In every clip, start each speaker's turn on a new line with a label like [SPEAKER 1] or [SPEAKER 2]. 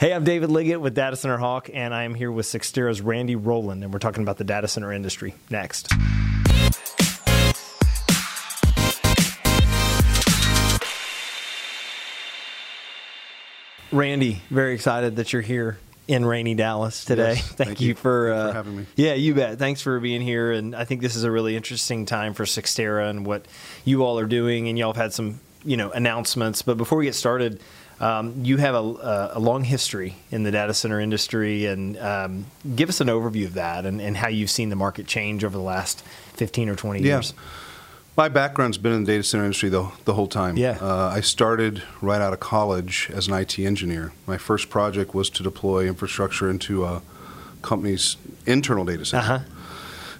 [SPEAKER 1] Hey, I'm David Liggett with Data Center Hawk, and I am here with Sixtera's Randy Rowland, and we're talking about the data center industry next. Randy, very excited that you're here in rainy Dallas today.
[SPEAKER 2] Yes,
[SPEAKER 1] thank,
[SPEAKER 2] thank
[SPEAKER 1] you,
[SPEAKER 2] you.
[SPEAKER 1] for,
[SPEAKER 2] Thanks
[SPEAKER 1] uh,
[SPEAKER 2] for having me.
[SPEAKER 1] Yeah, you bet. Thanks for being here. And I think this is a really interesting time for Sixtera and what you all are doing. And y'all have had some, you know, announcements. But before we get started, um, you have a, a, a long history in the data center industry, and um, give us an overview of that and, and how you've seen the market change over the last fifteen or twenty
[SPEAKER 2] Yeah.
[SPEAKER 1] years.
[SPEAKER 2] My background's been in the data center industry the, the whole time.
[SPEAKER 1] Yeah.
[SPEAKER 2] Uh, I started right out of college as an IT engineer. My first project was to deploy infrastructure into a company's internal data
[SPEAKER 1] Uh
[SPEAKER 2] center.
[SPEAKER 1] huh.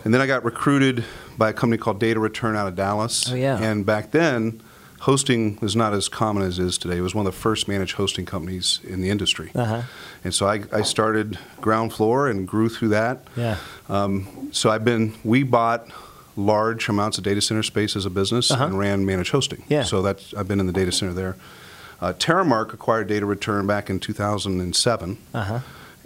[SPEAKER 2] And then I got recruited by a company called Data Return out of Dallas.
[SPEAKER 1] Oh, yeah.
[SPEAKER 2] And back then, hosting was not as common as it is today. It was one of the first managed hosting companies in the industry.
[SPEAKER 1] Uh huh.
[SPEAKER 2] And so I, I started ground floor and grew through that.
[SPEAKER 1] Yeah.
[SPEAKER 2] Um, so I've been, we bought large amounts of data center space as a business
[SPEAKER 1] Uh-huh.
[SPEAKER 2] and ran managed hosting.
[SPEAKER 1] Yeah.
[SPEAKER 2] So that's, I've been in the data center there. Uh, Terramark acquired Data Return back in 2007.
[SPEAKER 1] Uh huh.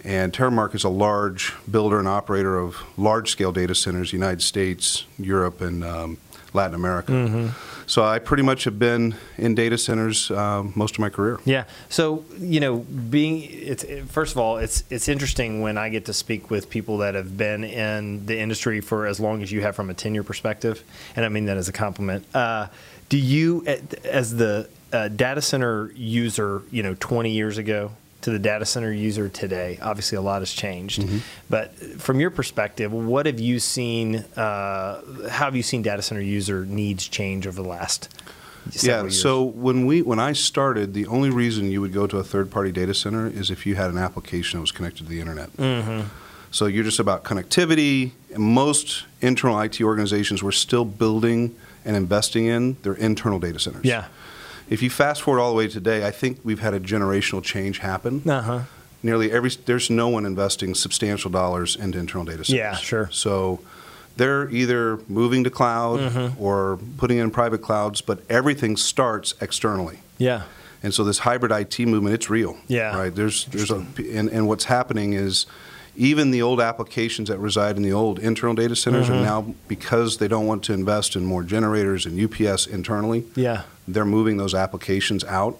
[SPEAKER 2] And Terramark is a large builder and operator of large scale data centers, United States, Europe, and um, Latin America.
[SPEAKER 1] Mm-hmm.
[SPEAKER 2] So I pretty much have been in data centers um, most of my career.
[SPEAKER 1] Yeah. So you know, being it's it- first of all, it's it's interesting when I get to speak with people that have been in the industry for as long as you have from a tenure perspective, and I mean that as a compliment. Uh, do you, at- as the uh, data center user, you know, 20 years ago to the data center user today, obviously a lot has changed.
[SPEAKER 2] Mm-hmm.
[SPEAKER 1] But from your perspective, what have you seen? Uh, how have you seen data center user needs change over the last?
[SPEAKER 2] Yeah.
[SPEAKER 1] several years?
[SPEAKER 2] So when we when I started, the only reason you would go to a third party data center is if you had an application that was connected to the internet. So you're just about connectivity. And most internal IT organizations were still building and investing in their internal data centers.
[SPEAKER 1] yeah.
[SPEAKER 2] If you fast forward all the way to today, I think we've had a generational change happen.
[SPEAKER 1] Uh huh.
[SPEAKER 2] Nearly every there's no one investing substantial dollars into internal data centers.
[SPEAKER 1] Yeah, sure.
[SPEAKER 2] So they're either moving to cloud
[SPEAKER 1] Mm-hmm.
[SPEAKER 2] or putting in private clouds, but everything starts externally.
[SPEAKER 1] Yeah.
[SPEAKER 2] And so this hybrid IT movement, it's real.
[SPEAKER 1] Yeah.
[SPEAKER 2] Right. There's there's a and, and what's happening is even the old applications that reside in the old internal data centers are
[SPEAKER 1] Mm-hmm.
[SPEAKER 2] now because they don't want to invest in more generators and UPS internally,
[SPEAKER 1] Yeah.
[SPEAKER 2] they're moving those applications out.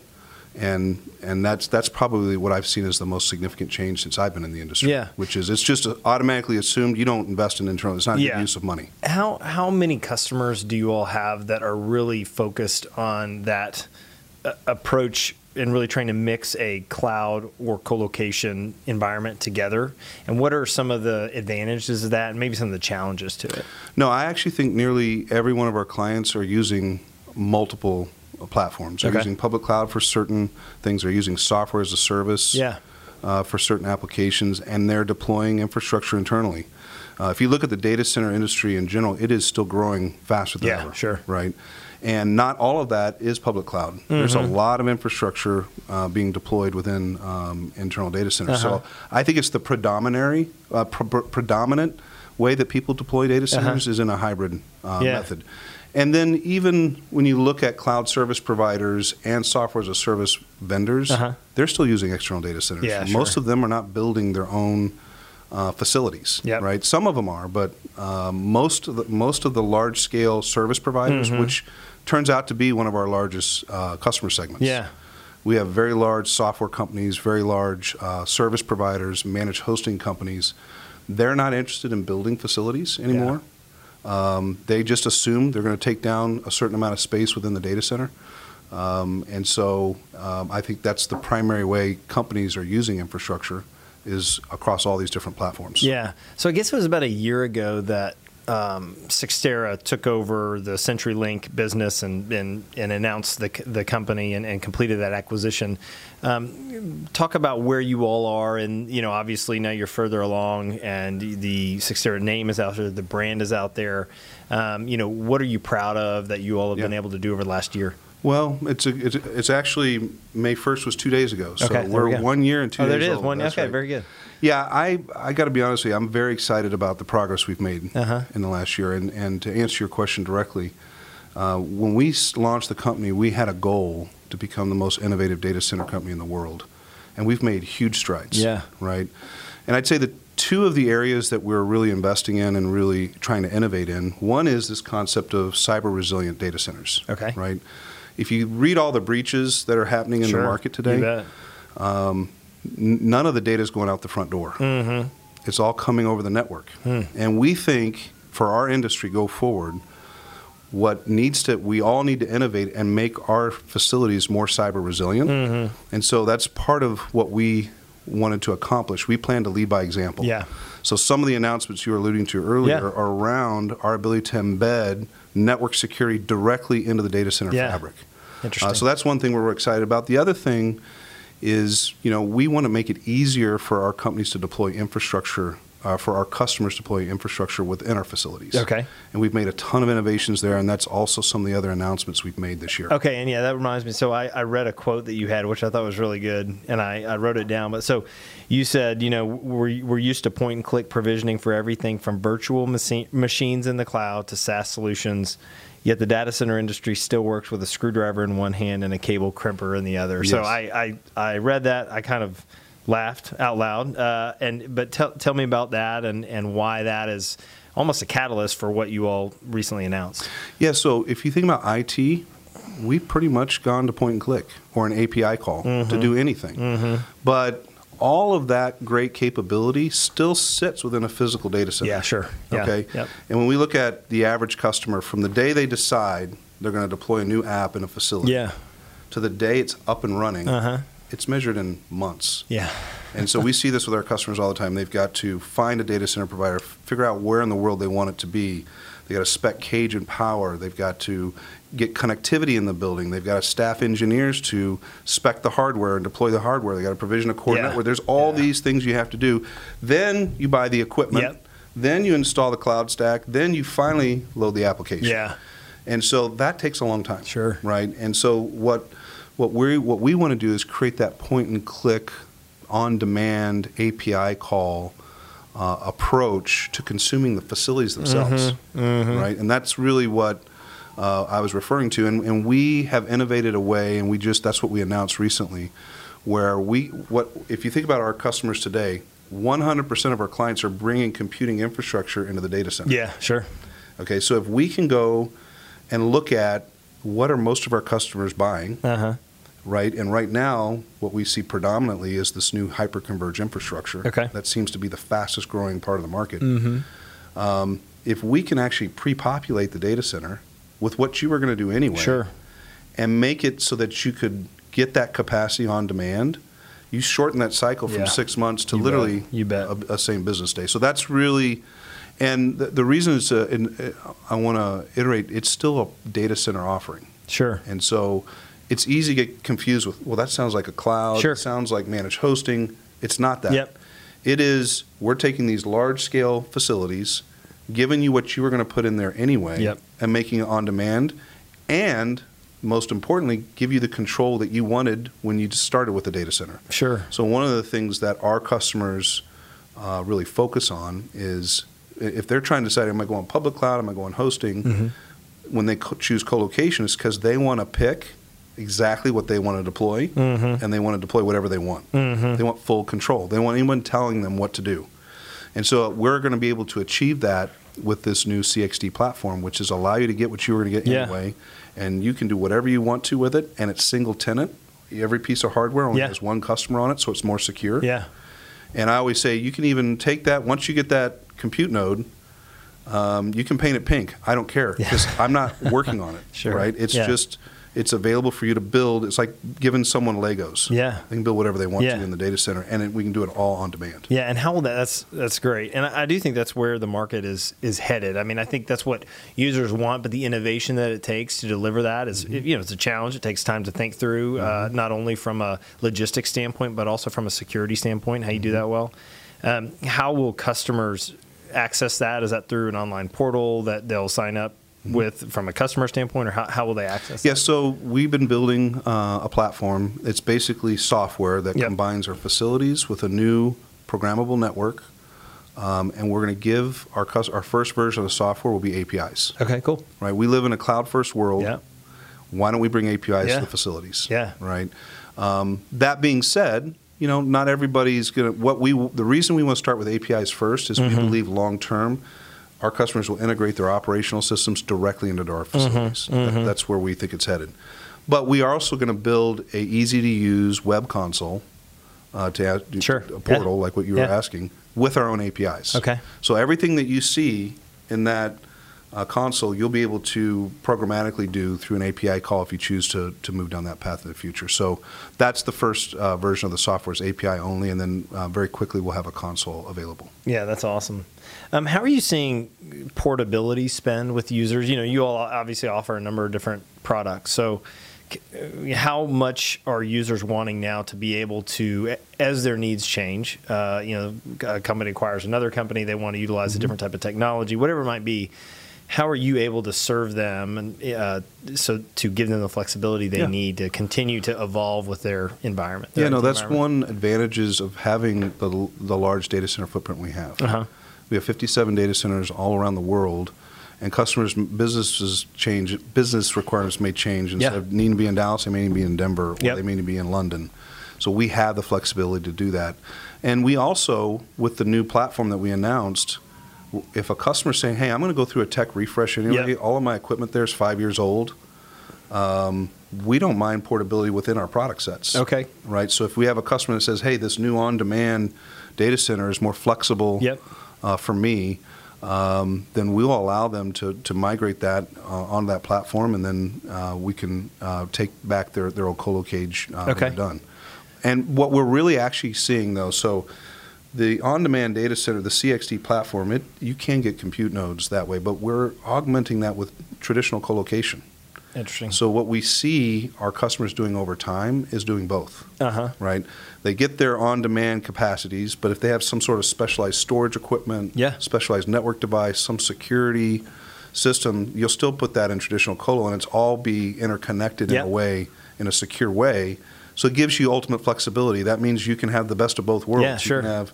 [SPEAKER 2] And and that's that's probably what I've seen as the most significant change since I've been in the industry.
[SPEAKER 1] Yeah.
[SPEAKER 2] Which is it's just automatically assumed you don't invest in internal. It's not
[SPEAKER 1] Yeah.
[SPEAKER 2] good use of money.
[SPEAKER 1] How how many customers do you all have that are really focused on that uh, approach and really trying to mix a cloud or co-location environment together? And what are some of the advantages of that and maybe some of the challenges to it?
[SPEAKER 2] No, I actually think nearly every one of our clients are using multiple uh, platforms. They're
[SPEAKER 1] Okay.
[SPEAKER 2] using public cloud for certain things. They're using software as a service
[SPEAKER 1] Yeah.
[SPEAKER 2] uh, for certain applications, and they're deploying infrastructure internally. Uh, if you look at the data center industry in general, it is still growing faster than
[SPEAKER 1] Yeah,
[SPEAKER 2] ever.
[SPEAKER 1] sure. Mm-hmm.
[SPEAKER 2] Right. And not all of that is public cloud. There's a lot of infrastructure uh, being deployed within um, internal data centers.
[SPEAKER 1] Uh-huh.
[SPEAKER 2] So I think it's the predominary, uh, pr- pr- predominant way that people deploy data centers is in a hybrid uh,
[SPEAKER 1] Uh-huh. Yeah.
[SPEAKER 2] method. And then even when you look at cloud service providers and software as a service vendors,
[SPEAKER 1] Uh-huh.
[SPEAKER 2] they're still using external data centers.
[SPEAKER 1] Yeah,
[SPEAKER 2] Most
[SPEAKER 1] sure.
[SPEAKER 2] of them are not building their own uh, facilities,
[SPEAKER 1] Yep.
[SPEAKER 2] right? Some of them are, but uh, most of the, most of the large scale service providers,
[SPEAKER 1] Mm-hmm.
[SPEAKER 2] which turns out to be one of our largest uh, customer segments.
[SPEAKER 1] Yeah.
[SPEAKER 2] We have very large software companies, very large uh, service providers, managed hosting companies. They're not interested in building facilities anymore. Um, they just assume they're going to take down a certain amount of space within the data center. Um, and so um, I think that's the primary way companies are using infrastructure is across all these different platforms.
[SPEAKER 1] Yeah. So I guess it was about a year ago that um, Sixtera took over the CenturyLink business and and, and announced the, c- the company and, and completed that acquisition. Um, talk about where you all are, and you know, obviously now you're further along, and the Sixtera name is out there, the brand is out there. Um, you know, what are you proud of that you all have been
[SPEAKER 2] Yeah.
[SPEAKER 1] able to do over the last year?
[SPEAKER 2] Well, it's, a, it's, it's actually May 1st was two days ago. So
[SPEAKER 1] Okay, there we
[SPEAKER 2] we're
[SPEAKER 1] go.
[SPEAKER 2] one year and two
[SPEAKER 1] Oh,
[SPEAKER 2] days
[SPEAKER 1] there it is.
[SPEAKER 2] old.
[SPEAKER 1] One.
[SPEAKER 2] That's
[SPEAKER 1] Okay,
[SPEAKER 2] right.
[SPEAKER 1] very good.
[SPEAKER 2] Yeah, I, I got to be honest with you, I'm very excited about the progress we've made
[SPEAKER 1] Uh-huh.
[SPEAKER 2] in the last year. And, and to answer your question directly, uh, when we s- launched the company, we had a goal to become the most innovative data center company in the world. and we've made huge strides.
[SPEAKER 1] Yeah.
[SPEAKER 2] Right. And I'd say that two of the areas that we're really investing in and really trying to innovate in one is this concept of cyber resilient data centers.
[SPEAKER 1] Okay.
[SPEAKER 2] Right. If you read all the breaches that are happening in
[SPEAKER 1] Sure.
[SPEAKER 2] the market
[SPEAKER 1] You
[SPEAKER 2] today,
[SPEAKER 1] bet.
[SPEAKER 2] n- none of the data is going out the front door.
[SPEAKER 1] Mhm.
[SPEAKER 2] It's all coming over the network.
[SPEAKER 1] Hmm.
[SPEAKER 2] And we think for our industry go forward, what needs to we all need to innovate and make our facilities more cyber resilient.
[SPEAKER 1] Mm-hmm.
[SPEAKER 2] And so that's part of what we wanted to accomplish. We plan to lead by example.
[SPEAKER 1] Yeah.
[SPEAKER 2] So some of the announcements you were alluding to earlier
[SPEAKER 1] Yeah.
[SPEAKER 2] are around our ability to embed network security directly into the data center
[SPEAKER 1] Yeah.
[SPEAKER 2] fabric.
[SPEAKER 1] Interesting.
[SPEAKER 2] Uh, so that's one thing we're excited about. The other thing is, you know, we want to make it easier for our companies to deploy infrastructure, uh, for our customers to deploy infrastructure within our facilities.
[SPEAKER 1] Okay.
[SPEAKER 2] And we've made a ton of innovations there, and that's also some of the other announcements we've made this year.
[SPEAKER 1] Okay, and yeah, that reminds me. So I, I read a quote that you had, which I thought was really good, and I, I wrote it down. But so you said, you know, we're, we're used to point and click provisioning for everything from virtual machi- machines in the cloud to SaaS solutions, yet the data center industry still works with a screwdriver in one hand and a cable crimper in the other. So
[SPEAKER 2] Yes.
[SPEAKER 1] I, I, I read that. I kind of laughed out loud. Uh, and But tell, tell me about that and, and why that is almost a catalyst for what you all recently announced.
[SPEAKER 2] Yeah, so if you think about IT, we've pretty much gone to point and click or an API call
[SPEAKER 1] Mm-hmm.
[SPEAKER 2] to do anything. But all of that great capability still sits within a physical data center.
[SPEAKER 1] Yeah, sure. Yeah.
[SPEAKER 2] Okay.
[SPEAKER 1] Yep.
[SPEAKER 2] And when we look at the average customer, from the day they decide they're going to deploy a new app in a facility to the day it's up and running,
[SPEAKER 1] Uh-huh.
[SPEAKER 2] it's measured in months.
[SPEAKER 1] Yeah.
[SPEAKER 2] And so we see this with our customers all the time. They've got to find a data center provider, figure out where in the world they want it to be. They got to spec cage and power. They've got to get connectivity in the building. They've got to staff engineers to spec the hardware and deploy the hardware. They got to provision a core
[SPEAKER 1] Yeah.
[SPEAKER 2] network. There's all
[SPEAKER 1] Yeah.
[SPEAKER 2] these things you have to do. Then you buy the equipment.
[SPEAKER 1] Yep.
[SPEAKER 2] Then you install the cloud stack. Then you finally load the application.
[SPEAKER 1] Yeah.
[SPEAKER 2] And so that takes a long time.
[SPEAKER 1] Sure.
[SPEAKER 2] Right. And so what what we what we want to do is create that point and click, on demand API call uh, approach to consuming the facilities themselves.
[SPEAKER 1] mm-hmm.
[SPEAKER 2] Right. And that's really what. Uh, I was referring to, and, and we have innovated a way, and we just that's what we announced recently, where we what if you think about our customers today, 100% of our clients are bringing computing infrastructure into the data center.
[SPEAKER 1] Yeah, sure.
[SPEAKER 2] Okay, so if we can go and look at what are most of our customers buying,
[SPEAKER 1] Uh huh.
[SPEAKER 2] right? And right now, what we see predominantly is this new hyperconverged infrastructure.
[SPEAKER 1] Okay. Mm.
[SPEAKER 2] That seems to be the fastest growing part of the market.
[SPEAKER 1] Mm-hmm.
[SPEAKER 2] Um, if we can actually pre populate the data center with what you were going to do anyway
[SPEAKER 1] Sure.
[SPEAKER 2] and make it so that you could get that capacity on demand, you shorten that cycle from
[SPEAKER 1] Yeah.
[SPEAKER 2] six months to
[SPEAKER 1] You bet.
[SPEAKER 2] literally
[SPEAKER 1] You bet.
[SPEAKER 2] A, a same business day. So that's really, and the, the reason is, uh, and uh, I want to iterate, it's still a data center offering,
[SPEAKER 1] Sure.
[SPEAKER 2] and so it's easy to get confused with. Well, that sounds like a cloud.
[SPEAKER 1] Sure.
[SPEAKER 2] It sounds like managed hosting. It's not that.
[SPEAKER 1] Yep.
[SPEAKER 2] It is. We're taking these large scale facilities, giving you what you were going to put in there anyway,
[SPEAKER 1] Yep.
[SPEAKER 2] and making it on demand, and most importantly, give you the control that you wanted when you started with the data center.
[SPEAKER 1] Sure.
[SPEAKER 2] So one of the things that our customers uh, really focus on is i- if they're trying to decide, am I going public cloud, am I going hosting?
[SPEAKER 1] Mm-hmm.
[SPEAKER 2] When they co- choose colocation, it's because they want to pick exactly what they want to deploy,
[SPEAKER 1] Mm-hmm.
[SPEAKER 2] and they want to deploy whatever they want. They want full control. They want anyone telling them what to do. And so we're going to be able to achieve that with this new CXD platform, which is allow you to get what you were going to get
[SPEAKER 1] Yeah.
[SPEAKER 2] anyway, and you can do whatever you want to with it, and it's single tenant. Every piece of hardware only
[SPEAKER 1] Yeah.
[SPEAKER 2] has one customer on it, so it's more secure.
[SPEAKER 1] Yeah.
[SPEAKER 2] And I always say you can even take that once you get that compute node. Um, you can paint it pink. I don't care because I'm not working on it.
[SPEAKER 1] Sure.
[SPEAKER 2] Right? It's
[SPEAKER 1] Yeah.
[SPEAKER 2] just it's available for you to build. It's like giving someone Legos.
[SPEAKER 1] Yeah.
[SPEAKER 2] they can build whatever they want
[SPEAKER 1] Yeah.
[SPEAKER 2] to in the data center, and it, we can do it all on demand.
[SPEAKER 1] Yeah, and how will that? That's that's great, and I, I do think that's where the market is is headed. I mean, I think that's what users want, but the innovation that it takes to deliver that is, you know, it's a challenge. It takes time to think through, uh, not only from a logistics standpoint, but also from a security standpoint. How you do that well? Um, how will customers access that? Is that through an online portal that they'll sign up with from a customer standpoint, or how, how will they access?
[SPEAKER 2] Yeah, so we've been building uh, a platform. It's basically software that
[SPEAKER 1] Yep.
[SPEAKER 2] combines our facilities with a new programmable network, um, and we're going to give our cus- our first version of the software will be APIs.
[SPEAKER 1] That? Okay. Cool.
[SPEAKER 2] Right, we live in a cloud-first world.
[SPEAKER 1] Yeah.
[SPEAKER 2] Why don't we bring APIs
[SPEAKER 1] Yeah.
[SPEAKER 2] to the facilities?
[SPEAKER 1] Yeah.
[SPEAKER 2] Right. Um, that being said, you know, not everybody's going to. What we the reason we want to start with APIs first
[SPEAKER 1] Mm-hmm.
[SPEAKER 2] is we believe long term, our customers will integrate their operational systems directly into
[SPEAKER 1] Mm-hmm.
[SPEAKER 2] our facilities. That, that's where we think it's headed. But we are also going to build a easy to use web console uh, to add,
[SPEAKER 1] Sure.
[SPEAKER 2] a portal like what you were
[SPEAKER 1] Yeah.
[SPEAKER 2] asking with our own APIs.
[SPEAKER 1] Okay.
[SPEAKER 2] So everything that you see in that uh, console, you'll be able to programmatically do through an API call if you choose to, to move down that path in the future. So that's the first uh, version of the software is API only, and then uh, very quickly we'll have a console available.
[SPEAKER 1] Yeah, that's awesome. Um, how are you seeing portability spend with users? You know, you all obviously offer a number of different products. So, c- uh, how much are users wanting now to be able to, as their needs change? Uh, you know, a company acquires another company, they want to utilize a different type of technology, whatever it might be. How are you able to serve them, and uh, so to give them the flexibility they
[SPEAKER 2] Yeah.
[SPEAKER 1] need to continue to evolve with their environment?
[SPEAKER 2] Yeah,
[SPEAKER 1] their
[SPEAKER 2] no,
[SPEAKER 1] IT
[SPEAKER 2] that's
[SPEAKER 1] environment?
[SPEAKER 2] one advantages of having the, the large data center footprint we have.
[SPEAKER 1] Uh-huh.
[SPEAKER 2] We have 57 data centers all around the world, and customers' businesses change, business requirements may change. Instead
[SPEAKER 1] Yeah.
[SPEAKER 2] of needing to be in Dallas, they may need to be in Denver, or
[SPEAKER 1] Yep.
[SPEAKER 2] they may need to be in London. So we have the flexibility to do that. And we also, with the new platform that we announced, w- if a customer's saying, hey, I'm going to go through a tech refresh anyway,
[SPEAKER 1] Yep.
[SPEAKER 2] all of my equipment there is five years old, um, we don't mind portability within our product sets
[SPEAKER 1] Okay.
[SPEAKER 2] right? So if we have a customer that says, "Hey, this new on-demand data center is more flexible
[SPEAKER 1] Yep.
[SPEAKER 2] uh, for me," um, then we'll allow them to, to migrate that uh, onto that platform, and then uh, we can uh, take back their their old colo cage uh, when
[SPEAKER 1] Okay.
[SPEAKER 2] they're done. And what we're really actually seeing though, so the on-demand data center, the CXD platform, it you can get compute nodes that way, but we're augmenting that with traditional colocation.
[SPEAKER 1] Mm-hmm. Interesting.
[SPEAKER 2] So what we see our customers doing over time is doing both
[SPEAKER 1] Uh huh.
[SPEAKER 2] right? They get their on-demand capacities, but if they have some sort of specialized storage equipment,
[SPEAKER 1] Yeah.
[SPEAKER 2] specialized network device, some security system, you'll still put that in traditional colo, and it's all be interconnected in
[SPEAKER 1] Yeah.
[SPEAKER 2] a way, in a secure way. So it gives you ultimate flexibility. That means you can have the best of both worlds.
[SPEAKER 1] Yeah, sure.
[SPEAKER 2] You can have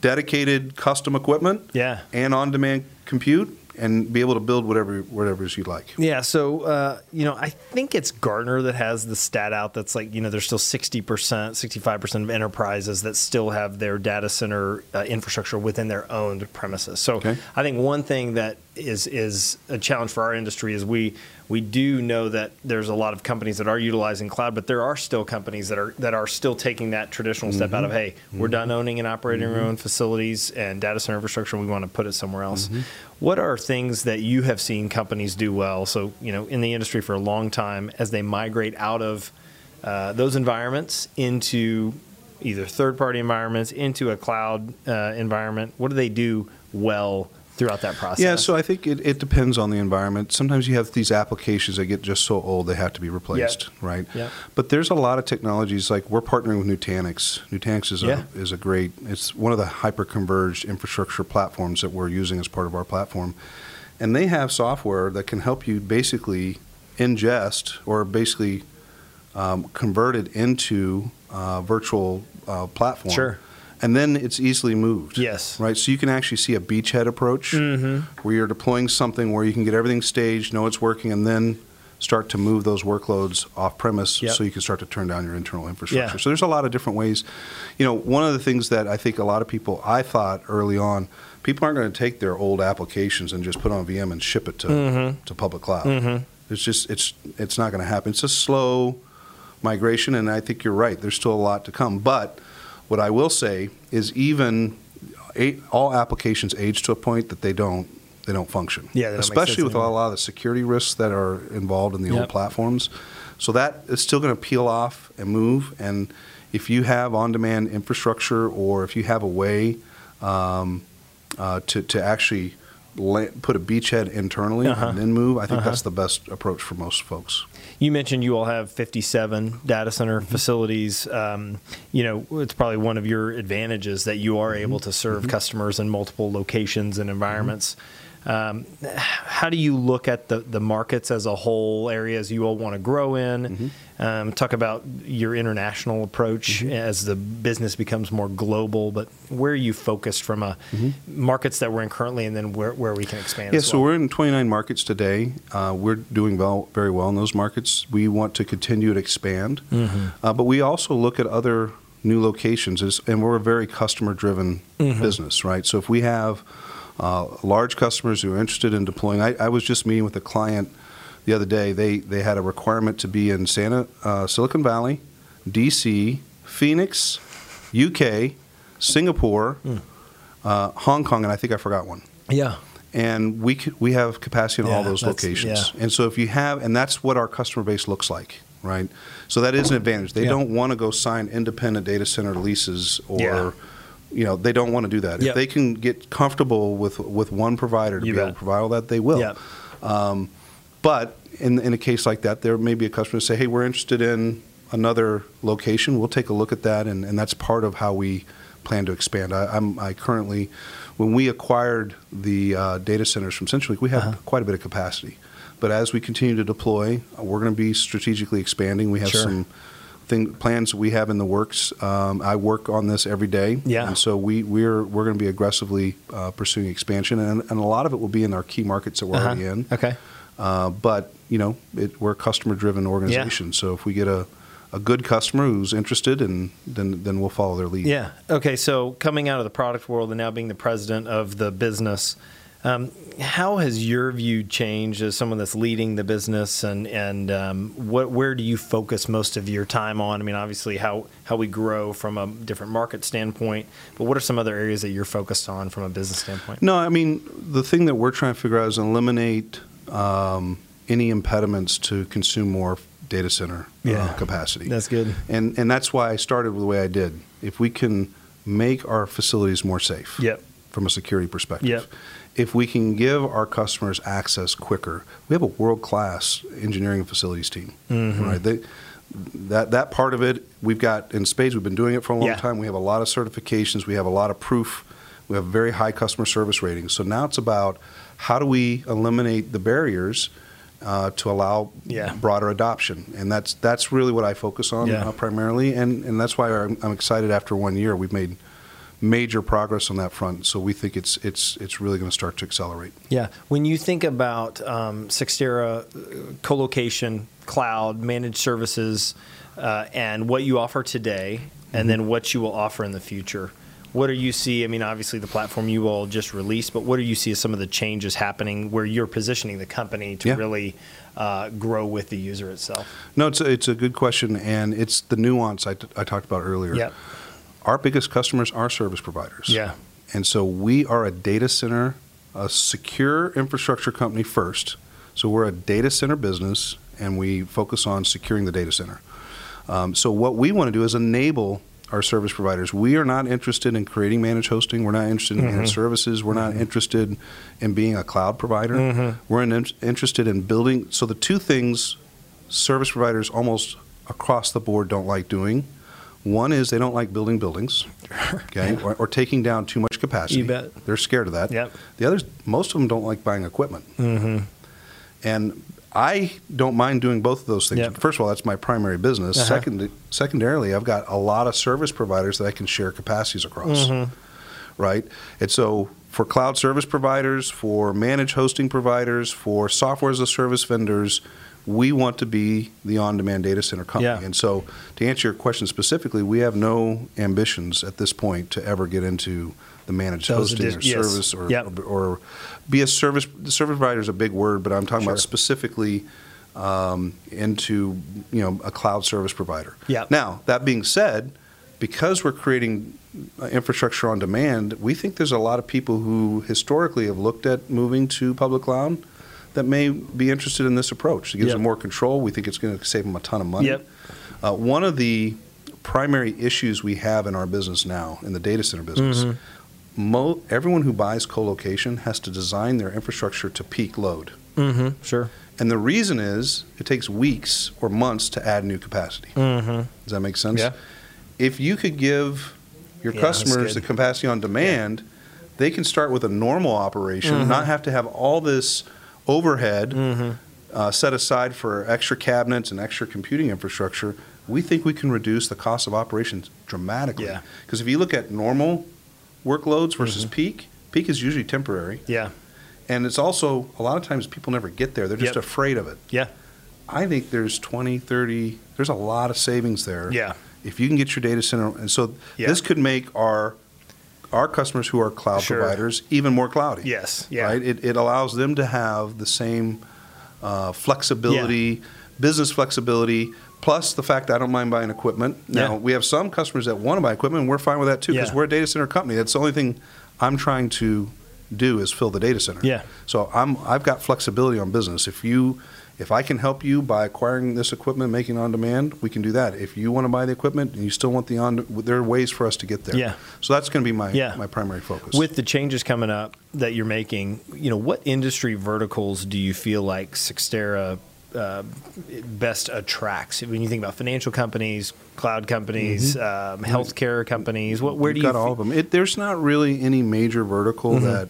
[SPEAKER 2] dedicated custom equipment
[SPEAKER 1] Yeah.
[SPEAKER 2] and on-demand compute, and be able to build whatever whatever's you like.
[SPEAKER 1] Yeah, so uh, you know, I think it's Gartner that has the stat out that's like you know, there's still sixty percent, sixty-five percent of enterprises that still have their data center uh, infrastructure within their owned premises. So
[SPEAKER 2] Okay.
[SPEAKER 1] I think one thing that is is a challenge for our industry is we we do know that there's a lot of companies that are utilizing cloud, but there are still companies that are that are still taking that traditional step out of hey, we're done owning and operating our own facilities and data center infrastructure, and we want to put it somewhere else. What are things that you have seen companies do well? So you know, in the industry for a long time, as they migrate out of uh, those environments into either third-party environments into a cloud uh, environment, what do they do well throughout that process?
[SPEAKER 2] Yeah, so I think it, it depends on the environment. Sometimes you have these applications that get just so old they have to be replaced, right?
[SPEAKER 1] Yep.
[SPEAKER 2] But there's a lot of technologies like we're partnering with Nutanix. Nutanix is
[SPEAKER 1] Yeah.
[SPEAKER 2] a is a great. It's one of the hyper-converged infrastructure platforms that we're using as part of our platform, and they have software that can help you basically ingest or basically um, convert it into uh, virtual uh, platform.
[SPEAKER 1] Sure.
[SPEAKER 2] And then it's easily moved.
[SPEAKER 1] Yes. Mm-hmm.
[SPEAKER 2] Right. So you can actually see a beachhead approach where you're deploying something where you can get everything staged, know it's working, and then start to move those workloads off premise
[SPEAKER 1] Yep.
[SPEAKER 2] so you can start to turn down your internal infrastructure.
[SPEAKER 1] Yeah.
[SPEAKER 2] So there's a lot of different ways. You know, one of the things that I think a lot of people, I thought early on, people aren't going to take their old applications and just put on VM and ship it to,
[SPEAKER 1] Mm-hmm.
[SPEAKER 2] to public cloud. It's just, it's, it's not going to happen. It's a slow migration, and I think you're right. There's still a lot to come. But what I will say is even a all applications age to a point that they don't they don't function.
[SPEAKER 1] Yeah, they don't make
[SPEAKER 2] especially
[SPEAKER 1] sense
[SPEAKER 2] with
[SPEAKER 1] anymore.
[SPEAKER 2] a lot of the security risks that are involved in the
[SPEAKER 1] Yep.
[SPEAKER 2] old platforms. So that is still going to peel off and move. And if you have on-demand infrastructure, or if you have a way um, uh, to to actually la- put a beachhead internally
[SPEAKER 1] Uh-huh.
[SPEAKER 2] and then move, I think that's the best approach for most folks.
[SPEAKER 1] You mentioned you all have 57 data center
[SPEAKER 2] Mm-hmm.
[SPEAKER 1] facilities. Um, you know, it's probably one of your advantages that you
[SPEAKER 2] Mm-hmm.
[SPEAKER 1] are able to serve customers in multiple locations and environments.
[SPEAKER 2] Mm-hmm.
[SPEAKER 1] Um, how do you look at the, the markets as a whole, areas you all want to grow in?
[SPEAKER 2] Mm-hmm.
[SPEAKER 1] Um, talk about your international approach as the business becomes more global, but where are you focused from a markets that we're in currently and then where, where we can expand?
[SPEAKER 2] Mm-hmm. Yeah,
[SPEAKER 1] as
[SPEAKER 2] so
[SPEAKER 1] well?
[SPEAKER 2] we're in 29 markets today. Uh, we're doing well, very
[SPEAKER 1] Mm-hmm.
[SPEAKER 2] well in those markets. We want to continue to expand, uh, but we also look at other new locations, is, and we're a very customer-driven
[SPEAKER 1] Mm-hmm.
[SPEAKER 2] business, right? So if we have uh, large customers who are interested in deploying, I, I was just meeting with a client the other day. They they had a requirement to be in Santa uh, Silicon Valley, D.C., Phoenix, U.K., Singapore,
[SPEAKER 1] Mm.
[SPEAKER 2] uh, Hong Kong, and I think I forgot one
[SPEAKER 1] Yeah.
[SPEAKER 2] and we c- we have capacity in all
[SPEAKER 1] Yeah,
[SPEAKER 2] those
[SPEAKER 1] that's-
[SPEAKER 2] locations.
[SPEAKER 1] yeah.
[SPEAKER 2] And so if you have, and that's what our customer base looks like, right? So that is an advantage. They
[SPEAKER 1] Yeah.
[SPEAKER 2] don't want to go sign independent data center leases or.
[SPEAKER 1] Yeah.
[SPEAKER 2] You know they don't want to do that.
[SPEAKER 1] Yep.
[SPEAKER 2] If they can get comfortable with with one provider to
[SPEAKER 1] You
[SPEAKER 2] be able
[SPEAKER 1] bet.
[SPEAKER 2] to provide all that, they will.
[SPEAKER 1] Yep.
[SPEAKER 2] Um, but in in a case like that, there may be a customer say, "Hey, we're interested in another location. We'll take a look at that," and, and that's part of how we plan to expand. I, I'm I currently, when we acquired the uh, data centers from CenturyLink, we
[SPEAKER 1] Uh-huh.
[SPEAKER 2] had quite a bit of capacity. But as we continue to deploy, we're going to be strategically expanding. We have
[SPEAKER 1] Sure.
[SPEAKER 2] some thing, plans we have in the works. Um, I work on this every day,
[SPEAKER 1] Yeah.
[SPEAKER 2] and so we we're we're going to be aggressively uh, pursuing expansion, and, and a lot of it will be in our key markets that we're
[SPEAKER 1] Uh-huh.
[SPEAKER 2] already in.
[SPEAKER 1] Okay.
[SPEAKER 2] Uh, but you know, it, we're a customer-driven organization, so if we get a, a good customer who's interested, and then then we'll follow their lead.
[SPEAKER 1] Yeah. Okay. So coming out of the product world and now being the president of the business, um, how has your view changed as someone that's leading the business, and and um, what where do you focus most of your time on? I mean, obviously how how we grow from a different market standpoint, but what are some other areas that you're focused on from a business standpoint?
[SPEAKER 2] No, I mean the thing that we're trying to figure out is eliminate um, any impediments to consume more data center
[SPEAKER 1] Yeah.
[SPEAKER 2] uh, capacity.
[SPEAKER 1] That's good.
[SPEAKER 2] and and that's why I started the way I did. If we can make our facilities more safe,
[SPEAKER 1] Yep.
[SPEAKER 2] from a security perspective,
[SPEAKER 1] Yep.
[SPEAKER 2] if we can give our customers access quicker, we have a world class engineering and facilities team,
[SPEAKER 1] Mm-hmm.
[SPEAKER 2] right? They, that that part of it we've got in spades. We've been doing it for a long
[SPEAKER 1] Yeah.
[SPEAKER 2] time. We have a lot of certifications. We have a lot of proof. We have very high customer service ratings. So now it's about how do we eliminate the barriers uh, to allow
[SPEAKER 1] Yeah.
[SPEAKER 2] broader adoption, and that's that's really what I focus on
[SPEAKER 1] Yeah.
[SPEAKER 2] uh, primarily, and and that's why I'm, I'm excited. After one year, we've made major progress on that front. So we think it's it's it's really going to start to accelerate.
[SPEAKER 1] Yeah. When you think about um, Sixtera uh, colocation, cloud, managed services, uh, and what you offer today, and then what you will offer in the future, what do you see? I mean, obviously, the platform you all just released, but what do you see as some of the changes happening where you're positioning the company to
[SPEAKER 2] Yeah.
[SPEAKER 1] really uh, grow with the user itself?
[SPEAKER 2] No, it's a, it's a good question, and it's the nuance I, t- I talked about earlier.
[SPEAKER 1] Yep.
[SPEAKER 2] Our biggest customers are service providers.
[SPEAKER 1] Yeah.
[SPEAKER 2] And so we are a data center, a secure infrastructure company first. So we're a data center business, and we focus on securing the data center. Um, so what we want to do is enable our service providers. We are not interested in creating managed hosting. We're not interested in managed services. We're not interested in being a cloud provider. We're in, interested in building. So the two things service providers almost across the board don't like doing. One is they don't like building buildings, okay, or, or taking down too much capacity.
[SPEAKER 1] You bet.
[SPEAKER 2] They're scared of that.
[SPEAKER 1] Yep.
[SPEAKER 2] The others, most of them don't like buying equipment.
[SPEAKER 1] Mm-hmm.
[SPEAKER 2] And I don't mind doing both of those things.
[SPEAKER 1] Yep.
[SPEAKER 2] First of all, that's my primary business.
[SPEAKER 1] Uh-huh.
[SPEAKER 2] Second, secondarily, I've got a lot of service providers that I can share capacities across.
[SPEAKER 1] Mm-hmm.
[SPEAKER 2] Right? And so for cloud service providers, for managed hosting providers, for software as a service vendors, we want to be the on demand data center company.
[SPEAKER 1] Yeah.
[SPEAKER 2] And so to answer your question specifically, we have no ambitions at this point to ever get into the managed
[SPEAKER 1] Those
[SPEAKER 2] hosting
[SPEAKER 1] addi-
[SPEAKER 2] or
[SPEAKER 1] yes.
[SPEAKER 2] service or,
[SPEAKER 1] Yep.
[SPEAKER 2] or be a service the service provider is a big word, but I'm talking
[SPEAKER 1] Sure.
[SPEAKER 2] about specifically um, into you know a cloud service provider.
[SPEAKER 1] Yeah.
[SPEAKER 2] Now that being said, because we're creating uh, infrastructure on demand, we think there's a lot of people who historically have looked at moving to public cloud that may be interested in this approach. It gives
[SPEAKER 1] Yeah.
[SPEAKER 2] them more control. We think it's going to save them a ton of money.
[SPEAKER 1] Yep.
[SPEAKER 2] Uh, one of the primary issues we have in our business now, in the data center business, mo- everyone who buys colocation has to design their infrastructure to peak load.
[SPEAKER 1] Mm-hmm. Sure.
[SPEAKER 2] And the reason is it takes weeks or months to add new capacity.
[SPEAKER 1] Mm-hmm.
[SPEAKER 2] Does that make sense?
[SPEAKER 1] Yeah.
[SPEAKER 2] If you could give your
[SPEAKER 1] Yeah, that's
[SPEAKER 2] customers the
[SPEAKER 1] good.
[SPEAKER 2] capacity on demand, they can start with a normal operation,
[SPEAKER 1] Mm-hmm.
[SPEAKER 2] not have to have all this overhead uh, set aside for extra cabinets and extra computing infrastructure. We think we can reduce the cost of operations dramatically.
[SPEAKER 1] Yeah. Mm-hmm.
[SPEAKER 2] Because if you look at normal workloads versus peak, peak is usually temporary.
[SPEAKER 1] Yeah.
[SPEAKER 2] And it's also, a lot of times people never get there. They're just
[SPEAKER 1] Yep.
[SPEAKER 2] afraid of it.
[SPEAKER 1] Yeah.
[SPEAKER 2] I think there's 20, 30, there's a lot of savings there.
[SPEAKER 1] Yeah.
[SPEAKER 2] If you can get your data center, and so
[SPEAKER 1] Yeah.
[SPEAKER 2] this could make our our customers who are cloud
[SPEAKER 1] Sure.
[SPEAKER 2] providers even more cloudy.
[SPEAKER 1] Yes, yeah.
[SPEAKER 2] Right. It, it allows them to have the same uh, flexibility, business flexibility. Plus the fact that I don't mind buying equipment. Now
[SPEAKER 1] Yeah.
[SPEAKER 2] we have some customers that want to buy equipment. and We're fine with that too because
[SPEAKER 1] Yeah.
[SPEAKER 2] we're a data center company. That's the only thing I'm trying to do is fill the data center.
[SPEAKER 1] Yeah.
[SPEAKER 2] So I'm I've got flexibility on business. If you if I can help you by acquiring this equipment, making on demand, we can do that. If you want to buy the equipment and you still want the on, there are ways for us to get there.
[SPEAKER 1] Yeah.
[SPEAKER 2] So that's going to be my
[SPEAKER 1] Yeah.
[SPEAKER 2] my primary focus.
[SPEAKER 1] With the changes coming up that you're making, you know, what industry verticals do you feel like Sixtera uh, best attracts? When you think about financial companies, cloud companies, um, healthcare companies, what, where do
[SPEAKER 2] Mm-hmm. We've
[SPEAKER 1] you? Mm-hmm.
[SPEAKER 2] got all of
[SPEAKER 1] fe-
[SPEAKER 2] them? It, there's not really any major vertical that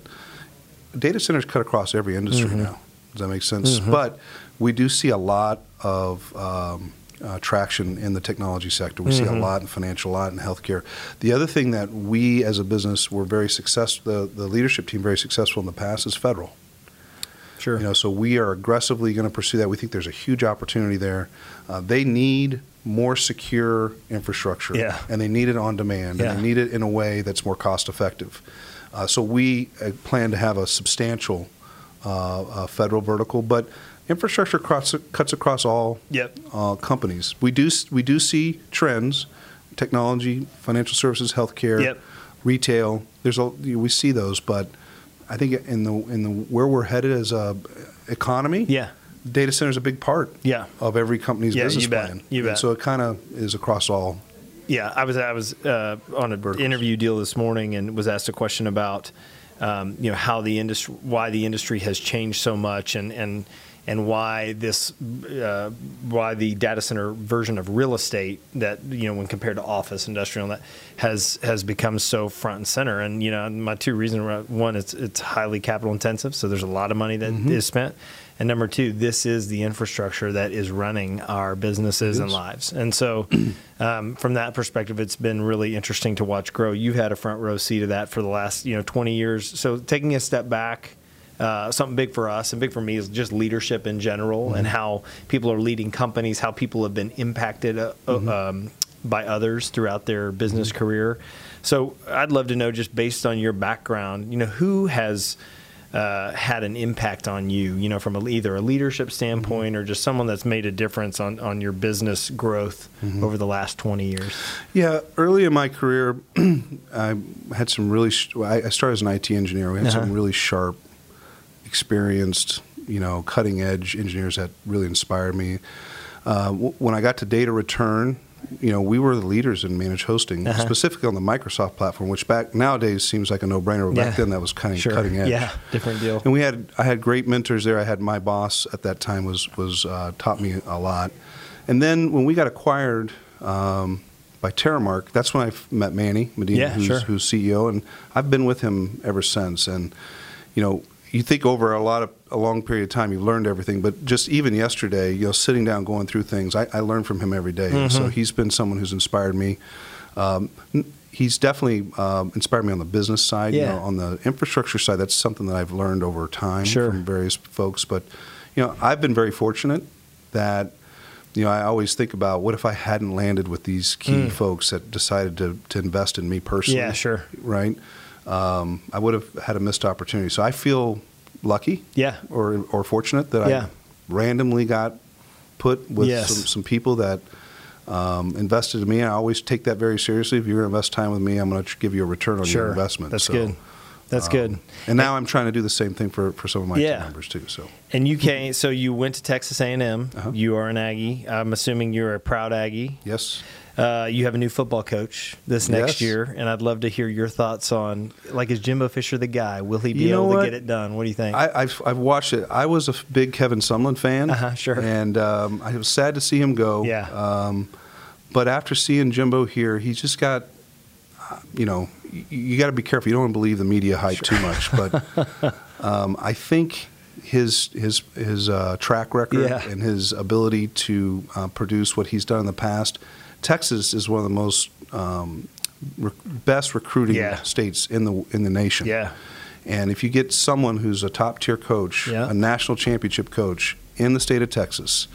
[SPEAKER 2] data centers cut across every industry
[SPEAKER 1] Mm-hmm.
[SPEAKER 2] now. Does that make sense? But we do see a lot of um, uh, traction in the technology sector. We
[SPEAKER 1] Mm-hmm.
[SPEAKER 2] see a lot in financial, a lot in healthcare. The other thing that we as a business were very successful, the, the leadership team very successful in the past is federal.
[SPEAKER 1] Sure.
[SPEAKER 2] You know, so we are aggressively going to pursue that. We think there's a huge opportunity there. Uh, they need more secure infrastructure,
[SPEAKER 1] Yeah.
[SPEAKER 2] and they need it on demand,
[SPEAKER 1] Yeah.
[SPEAKER 2] and they need it in a way that's more cost effective. Uh, so we uh, plan to have a substantial uh, uh, federal vertical, but infrastructure cross, cuts across all
[SPEAKER 1] Yep.
[SPEAKER 2] uh, companies. We do s- we do see trends, technology, financial services, healthcare,
[SPEAKER 1] Yep.
[SPEAKER 2] retail. There's a, we see those, but I think in the in the where we're headed as a economy,
[SPEAKER 1] Yeah.
[SPEAKER 2] data center's a big part,
[SPEAKER 1] Yeah.
[SPEAKER 2] of every company's
[SPEAKER 1] Yeah,
[SPEAKER 2] business
[SPEAKER 1] you bet.
[SPEAKER 2] plan.
[SPEAKER 1] You
[SPEAKER 2] And
[SPEAKER 1] bet.
[SPEAKER 2] so it kind of is across all.
[SPEAKER 1] Yeah, I was I was uh, on an
[SPEAKER 2] Verticals.
[SPEAKER 1] interview deal this morning and was asked a question about um, you know how the industry why the industry has changed so much and and and why this uh, why the data center version of real estate that you know when compared to office industrial and that has has become so front and center and you know my two reasons one it's it's highly capital intensive so there's a lot of money that is spent and number two this is the infrastructure that is running our businesses and
[SPEAKER 2] is.
[SPEAKER 1] lives and so um, from that perspective, it's been really interesting to watch grow. You've had a front row seat of that for the last you know 20 years. So taking a step back, uh, something big for us and big for me is just leadership in general and how people are leading companies, how people have been impacted uh, uh, um, by others throughout their business career. So I'd love to know just based on your background, you know who has. Uh, had an impact on you, you know, from a, either a leadership standpoint or just someone that's made a difference on, on your business growth
[SPEAKER 2] Mm-hmm.
[SPEAKER 1] over the last 20 years.
[SPEAKER 2] Yeah, early in my career, I had some really. Sh- I I started as an IT engineer. We had some
[SPEAKER 1] Uh-huh.
[SPEAKER 2] really sharp, experienced, you know, cutting edge engineers that really inspired me. Uh, w- when I got to data return, you know, we were the leaders in managed hosting,
[SPEAKER 1] Uh-huh.
[SPEAKER 2] specifically on the Microsoft platform, which back nowadays seems like a no brainer. Back
[SPEAKER 1] Yeah.
[SPEAKER 2] then, that was kind of
[SPEAKER 1] Sure.
[SPEAKER 2] cutting edge.
[SPEAKER 1] Yeah, different deal.
[SPEAKER 2] And we had I had great mentors there. I had my boss at that time was was uh, taught me a lot. And then when we got acquired um, by TerraMark, that's when I f- met Manny Medina,
[SPEAKER 1] Yeah,
[SPEAKER 2] who's,
[SPEAKER 1] sure.
[SPEAKER 2] who's CEO, and I've been with him ever since. And you know, you think over a lot of a long period of time, you've learned everything. But just even yesterday, you know, sitting down, going through things, I, I learned from him every day.
[SPEAKER 1] Mm-hmm.
[SPEAKER 2] So he's been someone who's inspired me. Um, n- he's definitely um, inspired me on the business side. You
[SPEAKER 1] Yeah.
[SPEAKER 2] know, on the infrastructure side, that's something that I've learned over time
[SPEAKER 1] Sure.
[SPEAKER 2] from various folks. But you know, I've been very fortunate that you know I always think about what if I hadn't landed with these key folks that decided to, to invest in me personally.
[SPEAKER 1] Mm. Yeah, sure.
[SPEAKER 2] Right. Um, I would have had a missed opportunity. So I feel lucky.
[SPEAKER 1] Yeah.
[SPEAKER 2] Or or fortunate that
[SPEAKER 1] Yeah.
[SPEAKER 2] I randomly got put with
[SPEAKER 1] Yes.
[SPEAKER 2] some, some people that um, invested in me. And I always take that very seriously. If you're going to invest time with me, I'm going to give you a return on your investment.
[SPEAKER 1] That's
[SPEAKER 2] So, um,
[SPEAKER 1] good. That's good.
[SPEAKER 2] And now I'm trying to do the same thing for, for some of my team
[SPEAKER 1] Yeah.
[SPEAKER 2] members too. So
[SPEAKER 1] And you came, so you went to Texas A&M.
[SPEAKER 2] Uh-huh.
[SPEAKER 1] You are an Aggie. I'm assuming you're a proud Aggie.
[SPEAKER 2] yes,
[SPEAKER 1] Uh, you have a new football coach this next
[SPEAKER 2] Yes.
[SPEAKER 1] year, and I'd love to hear your thoughts on, like, is Jimbo Fisher the guy? Will he be
[SPEAKER 2] You know
[SPEAKER 1] able
[SPEAKER 2] what?
[SPEAKER 1] to get it done? What do you think?
[SPEAKER 2] I, I've I've watched it. I was a f- big Kevin Sumlin fan.
[SPEAKER 1] Uh-huh, sure.
[SPEAKER 2] And um, I was sad to see him go.
[SPEAKER 1] Yeah.
[SPEAKER 2] Um, but after seeing Jimbo here, he's just got, uh, you know, you, you got to be careful. You don't want to believe the media hype too much. But um, I think his his his uh, track record
[SPEAKER 1] Yeah.
[SPEAKER 2] and his ability to uh, produce what he's done in the past, Texas is one of the most um, rec- best recruiting
[SPEAKER 1] Yeah.
[SPEAKER 2] states in the in the nation.
[SPEAKER 1] Yeah.
[SPEAKER 2] And if you get someone who's a top tier coach,
[SPEAKER 1] Yeah.
[SPEAKER 2] a national championship coach in the state of Texas,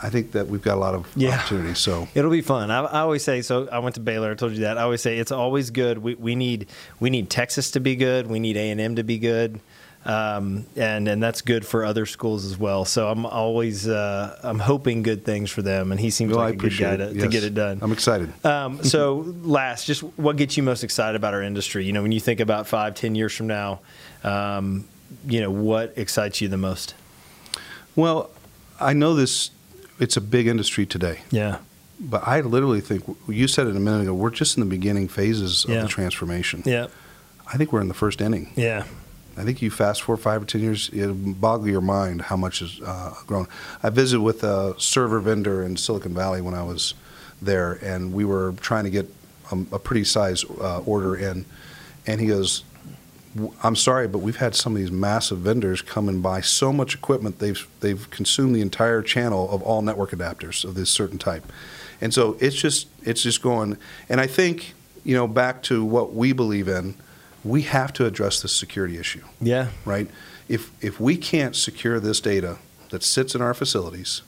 [SPEAKER 2] I think that we've got a lot of
[SPEAKER 1] Yeah.
[SPEAKER 2] opportunities. So
[SPEAKER 1] It'll be fun. I, I always say so. I went to Baylor. I told you that. I always say it's always good. We, we need we need Texas to be good. We need A and M to be good, um, and and that's good for other schools as well. So I'm always uh, I'm hoping good things for them. And he seems
[SPEAKER 2] well, I
[SPEAKER 1] like a good
[SPEAKER 2] appreciate
[SPEAKER 1] guy
[SPEAKER 2] it.
[SPEAKER 1] to, to
[SPEAKER 2] Yes.
[SPEAKER 1] get it done.
[SPEAKER 2] I'm excited.
[SPEAKER 1] Um, so last, just what gets you most excited about our industry? You know, when you think about five, ten years from now, um, you know, what excites you the most?
[SPEAKER 2] Well, I know this. It's a big industry today,
[SPEAKER 1] Yeah.
[SPEAKER 2] but I literally think you said it a minute ago. We're just in the beginning phases of
[SPEAKER 1] Yeah.
[SPEAKER 2] the transformation.
[SPEAKER 1] Yeah.
[SPEAKER 2] I think we're in the first inning.
[SPEAKER 1] Yeah.
[SPEAKER 2] I think you fast forward five or ten years, it'll boggle your mind how much has uh, grown. I visited with a server vendor in Silicon Valley when I was there, and we were trying to get um, a pretty size uh, order in, and he goes, "W- "I'm sorry, but we've had some of these massive vendors come and buy so much equipment they've they've consumed the entire channel of all network adapters of this certain type, and so it's just it's just going. And I think you know back to what we believe in." We have to address this security issue
[SPEAKER 1] Yeah.
[SPEAKER 2] right? If, if we can't secure this data that sits in our facilities,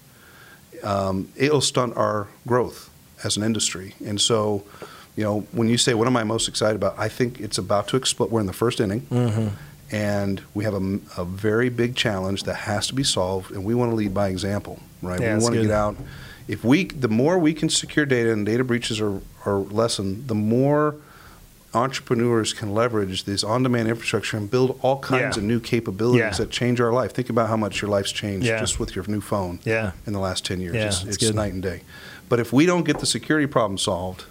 [SPEAKER 2] um, it'll stunt our growth as an industry. And so, you know, when you say, what am I most excited about? I think it's about to explode. We're in the first inning, and we have a, m- a very big challenge that has to be solved, and we want to lead by example, right?
[SPEAKER 1] Yeah,
[SPEAKER 2] we
[SPEAKER 1] that's
[SPEAKER 2] want to
[SPEAKER 1] good.
[SPEAKER 2] get out. If we, the more we can secure data and data breaches are, are lessened, the more entrepreneurs can leverage this on-demand infrastructure and build all kinds
[SPEAKER 1] Yeah.
[SPEAKER 2] of new capabilities
[SPEAKER 1] Yeah.
[SPEAKER 2] that change our life. Think about how much your life's changed
[SPEAKER 1] Yeah.
[SPEAKER 2] just with your new phone
[SPEAKER 1] Yeah.
[SPEAKER 2] in the last 10 years.
[SPEAKER 1] Yeah,
[SPEAKER 2] it's
[SPEAKER 1] that's
[SPEAKER 2] it's
[SPEAKER 1] good.
[SPEAKER 2] night and day. But if we don't get the security problem solved,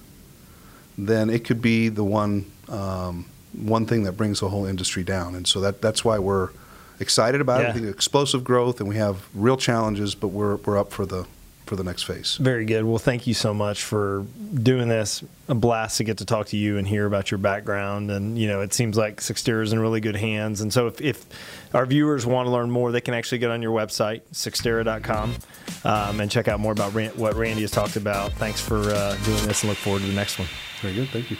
[SPEAKER 2] then it could be the one, um, one thing that brings the whole industry down. And so that, that's why we're excited about it.
[SPEAKER 1] Yeah.
[SPEAKER 2] We think explosive growth and we have real challenges, but we're, we're up for the, for the next phase.
[SPEAKER 1] Very good. Well, thank you so much for doing this. A blast to get to talk to you and hear about your background. And, you know, it seems like Sixtera is in really good hands. And so if, if our viewers want to learn more, they can actually get on your website, sixtera.com, um, and check out more about Ran- what Randy has talked about. Thanks for uh, doing this and look forward to the next one.
[SPEAKER 2] Very good. Thank you.